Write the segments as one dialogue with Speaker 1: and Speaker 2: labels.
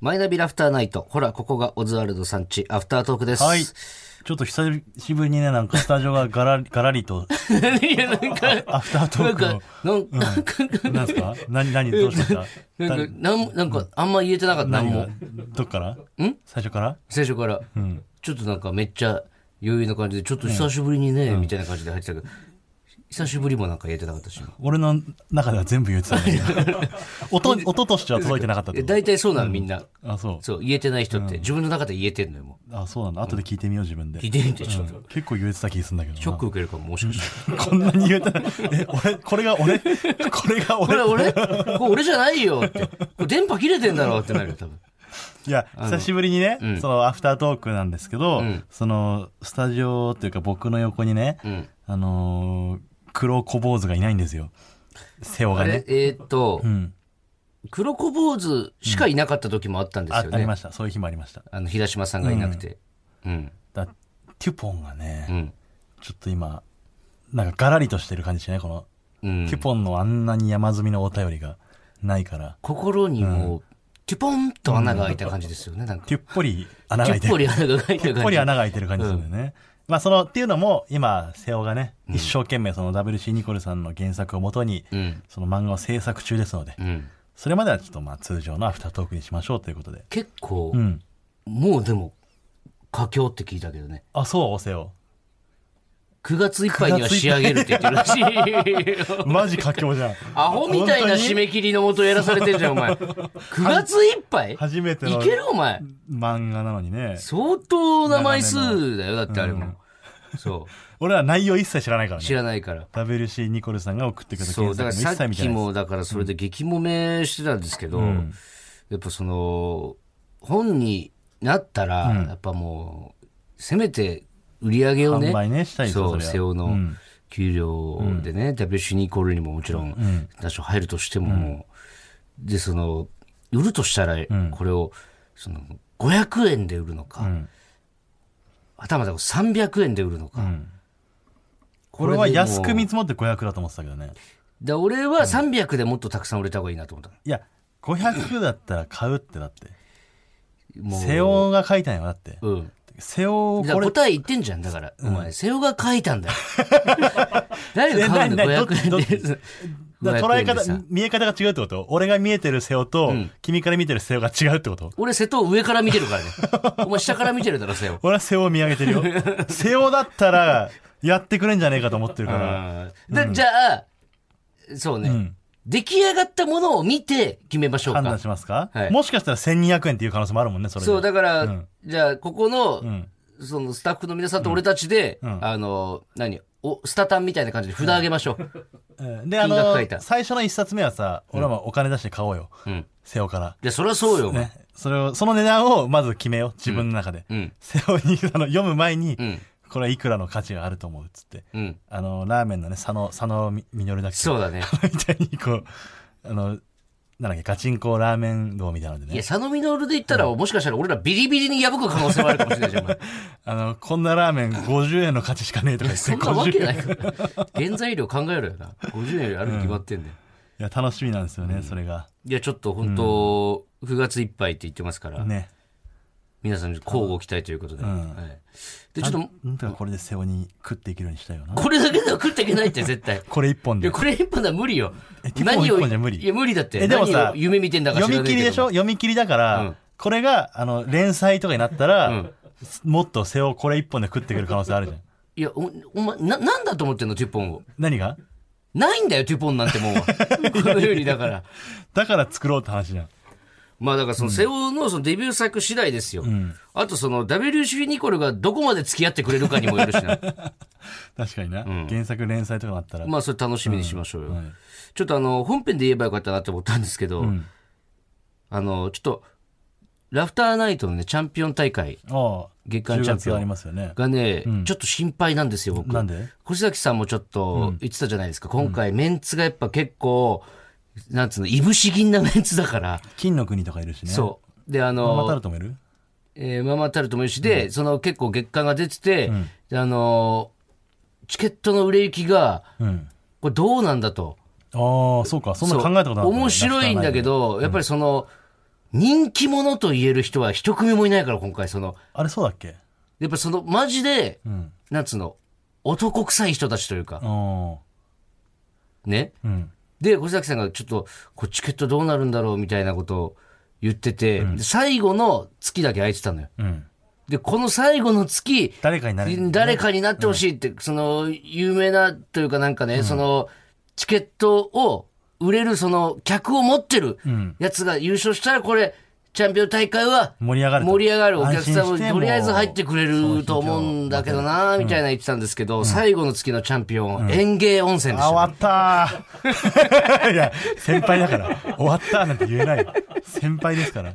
Speaker 1: マイナビラフターナイト。ほら、ここがオズワルドさんち、アフタートークです。
Speaker 2: はい。ちょっと久しぶりにね、なんかスタジオがガラ リ、ガラリと、
Speaker 1: いや、なんか、
Speaker 2: アフタートーク
Speaker 1: なん
Speaker 2: を
Speaker 1: か、なんか、
Speaker 2: なんですか何、何、どうしました
Speaker 1: なんか、なんなんかあんま言えてなかった、何
Speaker 2: 何
Speaker 1: も
Speaker 2: が。どっから最初から
Speaker 1: 最初から、ちょっとなんかめっちゃ余裕な感じで、ちょっと久しぶりにね、みたいな感じで入ってたけど、久しぶりもなんか言えてなかったし。
Speaker 2: 俺の中では全部言ってたんだけど。音、音としては届いてなかったって
Speaker 1: え
Speaker 2: こと
Speaker 1: 大体そうなの、みんな。
Speaker 2: あ、そう。
Speaker 1: そう、言えてない人って、自分の中で言えてんのよ、も
Speaker 2: あ、そうなんだ。後で聞いてみよう、自分で。
Speaker 1: う。聞いてみて、ちょっと。
Speaker 2: 結構言えてた気がするんだけどな。
Speaker 1: ショック受けるかも、もしかして。
Speaker 2: こんなに言えたえ、俺、これが俺 これが
Speaker 1: これ
Speaker 2: 俺
Speaker 1: 俺これ俺じゃないよって。これ電波切れてんだろうってなるよ、多分。
Speaker 2: いや、久しぶりにね、そのアフタートークなんですけど、その、スタジオっていうか僕の横にね、
Speaker 1: ん
Speaker 2: あのー黒小坊主がいないんですよ。瀬尾
Speaker 1: あ
Speaker 2: が
Speaker 1: れ
Speaker 2: ね。
Speaker 1: えーっと
Speaker 2: う、ん。
Speaker 1: 黒子坊主しかいなかった時もあったんで
Speaker 2: あ、
Speaker 1: すよ
Speaker 2: あり
Speaker 1: ね
Speaker 2: ま。した。そういう日もありました。
Speaker 1: あの、平島さんがいなくて。うん。
Speaker 2: だテュポンがね、
Speaker 1: うん。
Speaker 2: ちょっと今、なんかガラリとしてる感じしないこの、
Speaker 1: うん
Speaker 2: テュ。ポンのあんなに山積みのお便りがないから、
Speaker 1: 心にもう、テュポンと穴が開いた感じですよね、なんか。
Speaker 2: テュッポリ穴が開い
Speaker 1: テ
Speaker 2: て
Speaker 1: ュポ
Speaker 2: る。
Speaker 1: リ穴が開いた
Speaker 2: テ
Speaker 1: 感
Speaker 2: ュッ
Speaker 1: じ。
Speaker 2: ポリ穴が開いてる感じするんだよね。まあその、っていうのも、今、瀬尾がね、一生懸命その WC ニコルさんの原作をもとに、
Speaker 1: うん。
Speaker 2: その漫画を制作中ですので、
Speaker 1: うん。
Speaker 2: それまではちょっとまあ通常のアフタートークにしましょうということで。
Speaker 1: 結構
Speaker 2: う、ん。
Speaker 1: もうでも、佳境って聞いたけどね。
Speaker 2: あ、そう、瀬尾。
Speaker 1: 9月いっぱいには仕上げるって言ってるらしい。
Speaker 2: マジ佳境じゃん。
Speaker 1: アホみたいな締め切りのもとやらされてんじゃん、お前。9月いっぱいい
Speaker 2: 初めての
Speaker 1: けるお前。
Speaker 2: 漫画なのにね。
Speaker 1: 相当な枚数だよ、だってあれも。そ
Speaker 2: 俺は内容一切知らないから
Speaker 1: う。
Speaker 2: ね
Speaker 1: 知。らないから。
Speaker 2: WC ニコルさんが送ってくれた
Speaker 1: そう、
Speaker 2: 検
Speaker 1: だか
Speaker 2: 索も
Speaker 1: ら
Speaker 2: 一
Speaker 1: さ
Speaker 2: 切
Speaker 1: っ
Speaker 2: 見て
Speaker 1: き
Speaker 2: ないです。
Speaker 1: も、だからそれで激揉めしてたんですけど、やっぱその、本になったら、やっぱもう、せめて売り上げをね、
Speaker 2: 販売ねしたいですよ
Speaker 1: そう、
Speaker 2: そりゃ
Speaker 1: 瀬尾
Speaker 2: う
Speaker 1: の
Speaker 2: ん
Speaker 1: 給料でね、WC ニコルにももちろん、多少入るとしてももう、で、その、売るとしたら、これを、その、500円で売るのか、
Speaker 2: ん
Speaker 1: はたまた300円で売るのか、
Speaker 2: ん
Speaker 1: こ
Speaker 2: これは
Speaker 1: でもう
Speaker 2: 安く見積もって500だと思ってたけどね。
Speaker 1: だ俺は300でもっとたくさん売れた方がいいなと思った。
Speaker 2: いや、500だったら買うってだって。
Speaker 1: もう
Speaker 2: 瀬尾が書いたんやだって。
Speaker 1: うん。
Speaker 2: 瀬
Speaker 1: だ
Speaker 2: 尾を
Speaker 1: から
Speaker 2: これ、
Speaker 1: 答え言ってんじゃん。だから、お前、瀬尾が書いたん だよ。誰が買うの
Speaker 2: え何何
Speaker 1: ?500
Speaker 2: どっ
Speaker 1: 円
Speaker 2: ち
Speaker 1: で。
Speaker 2: だから捉え
Speaker 1: 500円でさ
Speaker 2: 方、見え方が違うってこと俺が見えてる瀬尾と、君から見てる瀬尾が違うってこと
Speaker 1: 俺、瀬戸を上から見てる からね。お前、下から見てるだろ、瀬尾。
Speaker 2: 俺は瀬尾を見上げて るよ。瀬尾だったら、やってくれんじゃねえかと思ってるから。
Speaker 1: で、じゃあ、そうね、
Speaker 2: ん
Speaker 1: 出来上がったものを見て決めましょう
Speaker 2: 判断
Speaker 1: か。
Speaker 2: しますか、
Speaker 1: はい
Speaker 2: もしかしたら1200円っていう可能性もあるもんね、それで。
Speaker 1: そう、だから、
Speaker 2: ん
Speaker 1: じゃあ、ここの、
Speaker 2: ん
Speaker 1: そのスタッフの皆さんと俺たちで、
Speaker 2: ん
Speaker 1: あの、何お、スタタンみたいな感じで札あげましょう。
Speaker 2: うんで、あ
Speaker 1: 金額
Speaker 2: の
Speaker 1: 書いた、
Speaker 2: 最初の一冊目はさ、俺はもうお金出して買おうよ。
Speaker 1: うん。
Speaker 2: 瀬尾から。
Speaker 1: で、そりゃそうよ、お前
Speaker 2: ね。それを、その値段をまず決めよう。自分の中で。
Speaker 1: うん。
Speaker 2: 瀬尾に、あの、読む前に、
Speaker 1: うん。
Speaker 2: これはいくらの価値があると思うっつって。
Speaker 1: うん。
Speaker 2: あの、ラーメンのね、佐野、佐野みみのるだっけ
Speaker 1: そうだね。
Speaker 2: みたいにこう、あの、なんだっけ、ガチンコラーメン道みたいなので
Speaker 1: いや、
Speaker 2: ね。
Speaker 1: 佐野稔で言ったら、もしかしたら俺らビリビリに破く可能性もあるかもしれないじゃんお 前。
Speaker 2: あの、こんなラーメン50円の価値しかねえとか言って、
Speaker 1: そんなわけ
Speaker 2: 50円
Speaker 1: ない から。原材料考えろよな。50円よりあるに決まってんだよ。
Speaker 2: いや、楽しみなんですよね、それが。
Speaker 1: いや、ちょっと本当、9月いっぱいって言ってますから、
Speaker 2: ね。
Speaker 1: 皆さん交互期待ということで。
Speaker 2: ん
Speaker 1: はいで、ちょっと、
Speaker 2: なんとかこれで瀬尾に食っていけるようにしたいよな。
Speaker 1: これだけでは食っていけないって、絶 対。
Speaker 2: これ一本
Speaker 1: いや、
Speaker 2: で。
Speaker 1: これ一本では無理よ
Speaker 2: え。ティポン
Speaker 1: 何を、
Speaker 2: 一本じゃ無理
Speaker 1: いや、無理だって。
Speaker 2: えでもさ
Speaker 1: 何を夢見てんだから知
Speaker 2: 読
Speaker 1: ら
Speaker 2: み
Speaker 1: ないけ
Speaker 2: 切
Speaker 1: ど
Speaker 2: りでしょ読み切りだから、
Speaker 1: うん
Speaker 2: これが、あの、連載とかになったら、もっと背をこれ一本で食ってくる可能性あるじゃん。
Speaker 1: いや、お、お前、な、なんだと思ってんの、テュポンを。
Speaker 2: 何が
Speaker 1: ないんだよ、テュポンなんてもんは。 このように、だから。
Speaker 2: だから作ろうって話じゃん。
Speaker 1: まあだからその瀬尾のそのデビュー作次第ですよ。あとその WC ニコルがどこまで付き合ってくれるかにもよるし な。
Speaker 2: 確かにな。原作連載とかになったら。
Speaker 1: まあそれ楽しみにしましょうよ。
Speaker 2: はい
Speaker 1: ちょっとあの、本編で言えばよかったなと思ったんですけど、
Speaker 2: ん
Speaker 1: あの、ちょっと、ラフターナイトのね、チャンピオン大会
Speaker 2: ああ
Speaker 1: 月間チャンピオン
Speaker 2: 10月ありますよね。
Speaker 1: がね、ちょっと心配なんですよ、僕。
Speaker 2: なんで
Speaker 1: 越崎さんもちょっと言ってたじゃないですか。今回メンツがやっぱ結構、なんつうの、いぶし銀なメンツだから。
Speaker 2: 金の国とかいるしね。
Speaker 1: そう。で、あ
Speaker 2: うマ
Speaker 1: の、
Speaker 2: マタルトもいる
Speaker 1: えー、ママタルトもいるし、で、その結構月間が出てて、であのーチケットの売れ行きが、
Speaker 2: うん。
Speaker 1: これどうなんだと。
Speaker 2: ああ、そうか。そんな考えたことなかったね、
Speaker 1: そう面白いんだけ
Speaker 2: ラフ
Speaker 1: ど、やっぱりその、人気者と言える人は一組もいないから、今回その、
Speaker 2: あれそうだっけ
Speaker 1: やっぱその、マジで、
Speaker 2: うん。
Speaker 1: なんつうの、男臭い人たちというか、
Speaker 2: お
Speaker 1: ね。
Speaker 2: ーうん。
Speaker 1: で、越崎さんがちょっと、こうチケットどうなるんだろうみたいなことを言ってて、で最後の月だけ空いてたのよ。
Speaker 2: うん。
Speaker 1: で、この最後の月、
Speaker 2: 誰かになれる。
Speaker 1: 誰かになってほしいって、その、有名なというかなんかね、その、チケットを売れる、その、客を持ってる
Speaker 2: うん。
Speaker 1: やつが優勝したら、これ、チャンピオン大会は、
Speaker 2: 盛り上がると。
Speaker 1: 盛り上がるお客
Speaker 2: 安心して
Speaker 1: さんもとりあえず入ってくれると思うんだけどなみたいな言ってたんですけど、最後の月のチャンピオン、園芸温泉でし
Speaker 2: あ、
Speaker 1: た、
Speaker 2: 終わったー いや、先輩だから、終わったーなんて言えないよ。先輩ですから。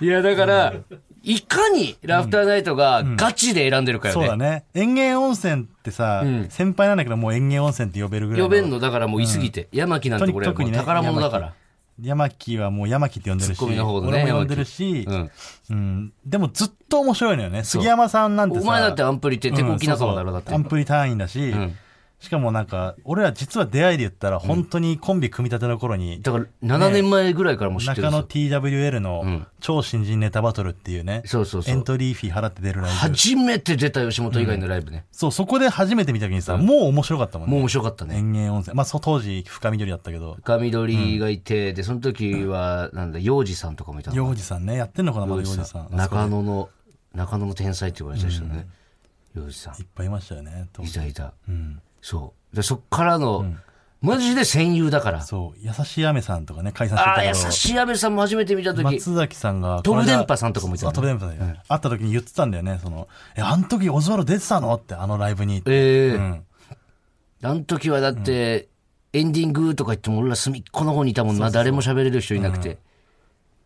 Speaker 1: いやだから、いかにラフターナイトがガチで選んでるかよ
Speaker 2: そうだ
Speaker 1: ね,、
Speaker 2: ね。園芸温泉ってさ、先輩なんだけど、もう園芸温泉って呼べるぐらいの。
Speaker 1: 呼べんのだからもういすぎて、山木なん
Speaker 2: と
Speaker 1: て
Speaker 2: に
Speaker 1: これは
Speaker 2: 特
Speaker 1: もう
Speaker 2: にね。
Speaker 1: 宝物だから、
Speaker 2: 山木。山木はもう山木って呼んでるし。
Speaker 1: ツッコミの方だね
Speaker 2: 俺も呼んでるし、
Speaker 1: うん、
Speaker 2: うん。でもずっと面白いのよね。杉山さんなんてさ。
Speaker 1: お前だってアンプリって手こき仲間だろ
Speaker 2: うん
Speaker 1: だっ
Speaker 2: そうそう
Speaker 1: て
Speaker 2: アンプリ単位だし、
Speaker 1: ん
Speaker 2: しかもなんか、俺ら実は出会いで言ったら、本当にコンビ組み立ての頃に、
Speaker 1: だから7年前ぐらいからもう知ってる
Speaker 2: 中
Speaker 1: んです
Speaker 2: 野
Speaker 1: よ
Speaker 2: TWL の超新人ネタバトルっていうね、
Speaker 1: そうそうそう
Speaker 2: エントリーフィー払って出るライブ。
Speaker 1: 初めて出た吉本以外のライブね、
Speaker 2: そう、そこで初めて見た時にさ、もう面白かったもん
Speaker 1: もう
Speaker 2: ね。
Speaker 1: 面白かったね、
Speaker 2: 園芸温泉。まあ、そう当時、深緑だったけど、
Speaker 1: 深緑がいて、でその時はなんだ幼児さんとかもいたの
Speaker 2: 洋二さんね、やってんのかな、まだ洋二さん。あそこ
Speaker 1: 中野の中野の天才って言われてた人ね、洋治さん
Speaker 2: いっぱいいましたよね、当
Speaker 1: い
Speaker 2: 時
Speaker 1: たいた
Speaker 2: うん。
Speaker 1: そうでそっからの、マジで戦友だから
Speaker 2: そう、優しい雨さんとかね、解散して
Speaker 1: ああ
Speaker 2: た
Speaker 1: 優
Speaker 2: けど。
Speaker 1: しい安倍さんも初めて見た時
Speaker 2: 松崎さんが
Speaker 1: 飛ぶ
Speaker 2: この間
Speaker 1: 電波さんとかもいたよね
Speaker 2: あ飛ぶ電波さんね会った時に言ってたんだよねその「えあの時オズワルド出てたの?」ってあのライブに
Speaker 1: ええ
Speaker 2: うん
Speaker 1: あの時はだって、エンディングとか言っても俺ら隅っこの方にいたもんな誰も喋れる人いなくて、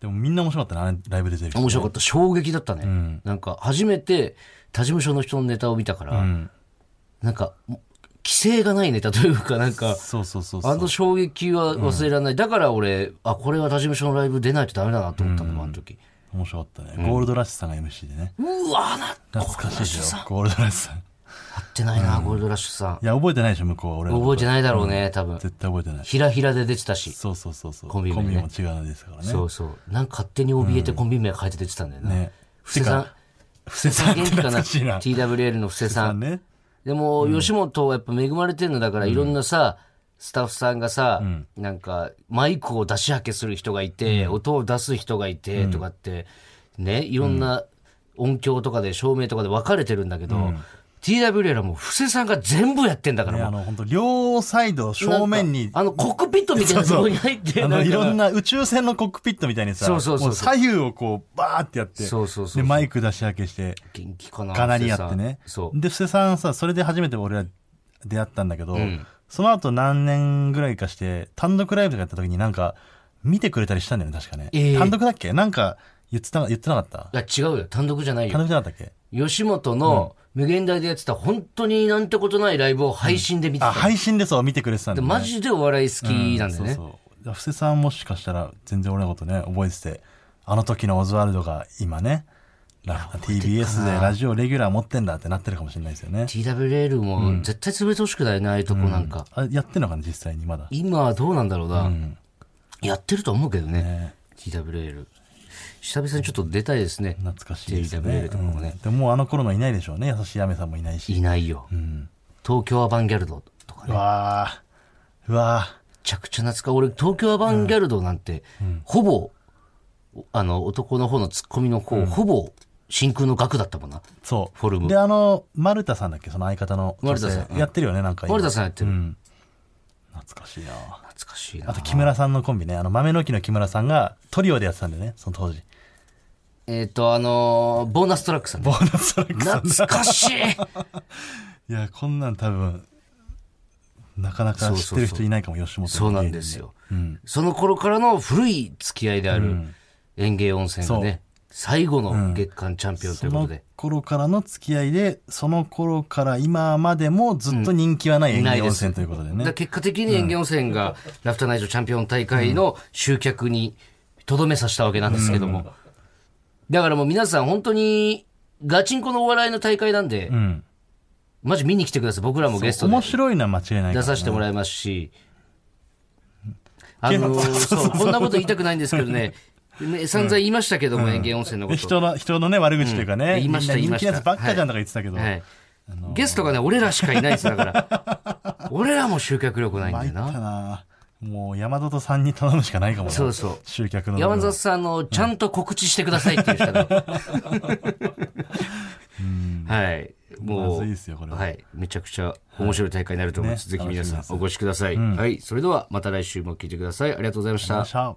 Speaker 2: でもみんな面白かったねあのライブ出てる人
Speaker 1: 面白かった衝撃だったね、なんか初めて他事務所の人のネタを見たから、
Speaker 2: ん
Speaker 1: なんかもう規制がないネタというかなんか
Speaker 2: そうそうそうそ
Speaker 1: あ
Speaker 2: う
Speaker 1: の衝撃は忘れられない、だから俺あこれは他事務所のライブ出ないとダメだなと思ったの、あの時
Speaker 2: 面白かったねゴールドラッシュさんが MC でね
Speaker 1: うわな
Speaker 2: 懐かしいですよゴールドラッシュさんい
Speaker 1: 合ってないな、ゴールドラッシュさん
Speaker 2: や覚えてないでしょ向こうは俺のこと
Speaker 1: 覚えてないだろうね多分
Speaker 2: 絶対覚えてない
Speaker 1: ひらひらで出てたし
Speaker 2: そうそうそうそう
Speaker 1: コンビ名ね
Speaker 2: も違うのですからね
Speaker 1: そうそうなんか勝手に怯えてコンビ名変えて出てたんだよな、
Speaker 2: ね
Speaker 1: 布施さん
Speaker 2: 布施さんって
Speaker 1: 元気か
Speaker 2: 懐
Speaker 1: な
Speaker 2: かしいな
Speaker 1: TWL の布施さ
Speaker 2: さ
Speaker 1: ん
Speaker 2: んね
Speaker 1: でも吉本はやっぱ恵まれてるのだから、いろんなさスタッフさんがさ、なんかマイクを出しはけする人がいて、音を出す人がいて、とかってねいろんな音響とかで照明とかで分かれてるんだけど、TWL はもう布施さんが全部やってんだから、
Speaker 2: ね
Speaker 1: もう
Speaker 2: あの本当両サイド正面に
Speaker 1: あのコックピットみたいなところに入って
Speaker 2: あ
Speaker 1: な
Speaker 2: の
Speaker 1: んか
Speaker 2: いろんな宇宙船のコックピットみたいにさ、
Speaker 1: そうそうそう
Speaker 2: も左右をこう、バーってやって、
Speaker 1: そうそうそう
Speaker 2: で、マイク出し分けして、
Speaker 1: 元気かな
Speaker 2: かなりやってね。
Speaker 1: そう
Speaker 2: で、布施さんさ、それで初めて俺ら出会ったんだけど、その後何年ぐらいかして、単独ライブとかやった時になんか、見てくれたりしたんだよね、確かね。
Speaker 1: ええ
Speaker 2: 単独だっけなんか、言ってた、言ってなかった
Speaker 1: いや違うよ単独じゃないよ
Speaker 2: 単独じゃなかったっけ
Speaker 1: 吉本の無限大でやってた本当になんてことないライブを配信で見てた、
Speaker 2: あ、配信でそう、見てくれてたんだ、ね。
Speaker 1: マジでお笑い好きなんで
Speaker 2: そう
Speaker 1: ね、
Speaker 2: そう。布施さんもしかしたら全然俺のことね、覚えてて、あの時のオズワルドが今ね、ラ TBS でラジオレギュラー持ってんだってなってるかもしれないですよね。
Speaker 1: TWL も絶対潰れてほしくないなああいうとこなんか、
Speaker 2: あやってんのかな、実際にまだ。
Speaker 1: 今はどうなんだろうな、やってると思うけどね TWL 久々にちょっと出たいですね
Speaker 2: 懐かしいですよ
Speaker 1: TWL
Speaker 2: ね。
Speaker 1: とかもね
Speaker 2: うんでももうあの頃のいないでしょうね。優しい雨さんもいないし。
Speaker 1: いないよ、東京アバンギャルドとかね
Speaker 2: うわあうわあ
Speaker 1: めちゃくちゃ懐か俺東京アバンギャルドなんて、ほぼあの男の方のツッコミの方、ほぼ真空の額だったもんな
Speaker 2: そう。
Speaker 1: フォルム
Speaker 2: で、あの、丸田さんだっけその相方の女性。
Speaker 1: 丸田さんうん
Speaker 2: やってるよね、なんか今。
Speaker 1: 森田さんやってる、
Speaker 2: うん。懐かしいな
Speaker 1: 懐かしいな
Speaker 2: あと木村さんのコンビね、あの豆の木の木村さんがトリオでやってたんだよね、そ の当時。
Speaker 1: えっ、とあのーボーナストラックさんね
Speaker 2: ボーナストラックさんだ
Speaker 1: 懐かしい
Speaker 2: いや、こんなん多分、なかなか知ってる人いないかも、吉本の
Speaker 1: そうなんですよ、その頃からの古い付き合いである園芸温泉がね、最後の月間チャンピオンと
Speaker 2: そ
Speaker 1: いうこと
Speaker 2: の
Speaker 1: で、
Speaker 2: 頃からの付き合いで、その頃から今までもずっと人気はない演
Speaker 1: ない
Speaker 2: 芸
Speaker 1: です
Speaker 2: 温泉ということで
Speaker 1: だから
Speaker 2: ね。
Speaker 1: 結果的に園芸温泉がラフターナイトチャンピオン大会の集客にとどめさせたわけなんですけども、だからもう皆さん本当にガチンコのお笑いの大会なんで、
Speaker 2: うん。
Speaker 1: マジ見に来てください僕らもゲストで
Speaker 2: 面白いのは間違いないからね
Speaker 1: 出させてもらいますし、あの
Speaker 2: そうそう
Speaker 1: そうこんなこと言いたくないんですけど ね、ね散々言いましたけども、園芸温泉のこと。
Speaker 2: 人の、人のね、悪口というかね、
Speaker 1: うん言いました
Speaker 2: みんな
Speaker 1: 言いまし
Speaker 2: 人気の
Speaker 1: た
Speaker 2: やつばっかじゃんとか言ってたけど、
Speaker 1: はい、ゲストがね、俺らしかいないです、だ から。俺らも集客力ないんだ
Speaker 2: 参っ
Speaker 1: よな。
Speaker 2: たなもう山里さんに頼むしかないかもな
Speaker 1: そうそう
Speaker 2: 集客の部分
Speaker 1: 山里さんの、ちゃんと告知してくださいっていう人が。 はい。も
Speaker 2: ま
Speaker 1: う、
Speaker 2: ずいですよこれは
Speaker 1: はい。めちゃくちゃ面白い大会になると思います。ぜ
Speaker 2: ね
Speaker 1: ひ皆さん
Speaker 2: 楽しみです
Speaker 1: お越しください。はい。それでは、また来週も聞いてください。ありがとうございました
Speaker 2: よっ。しゃ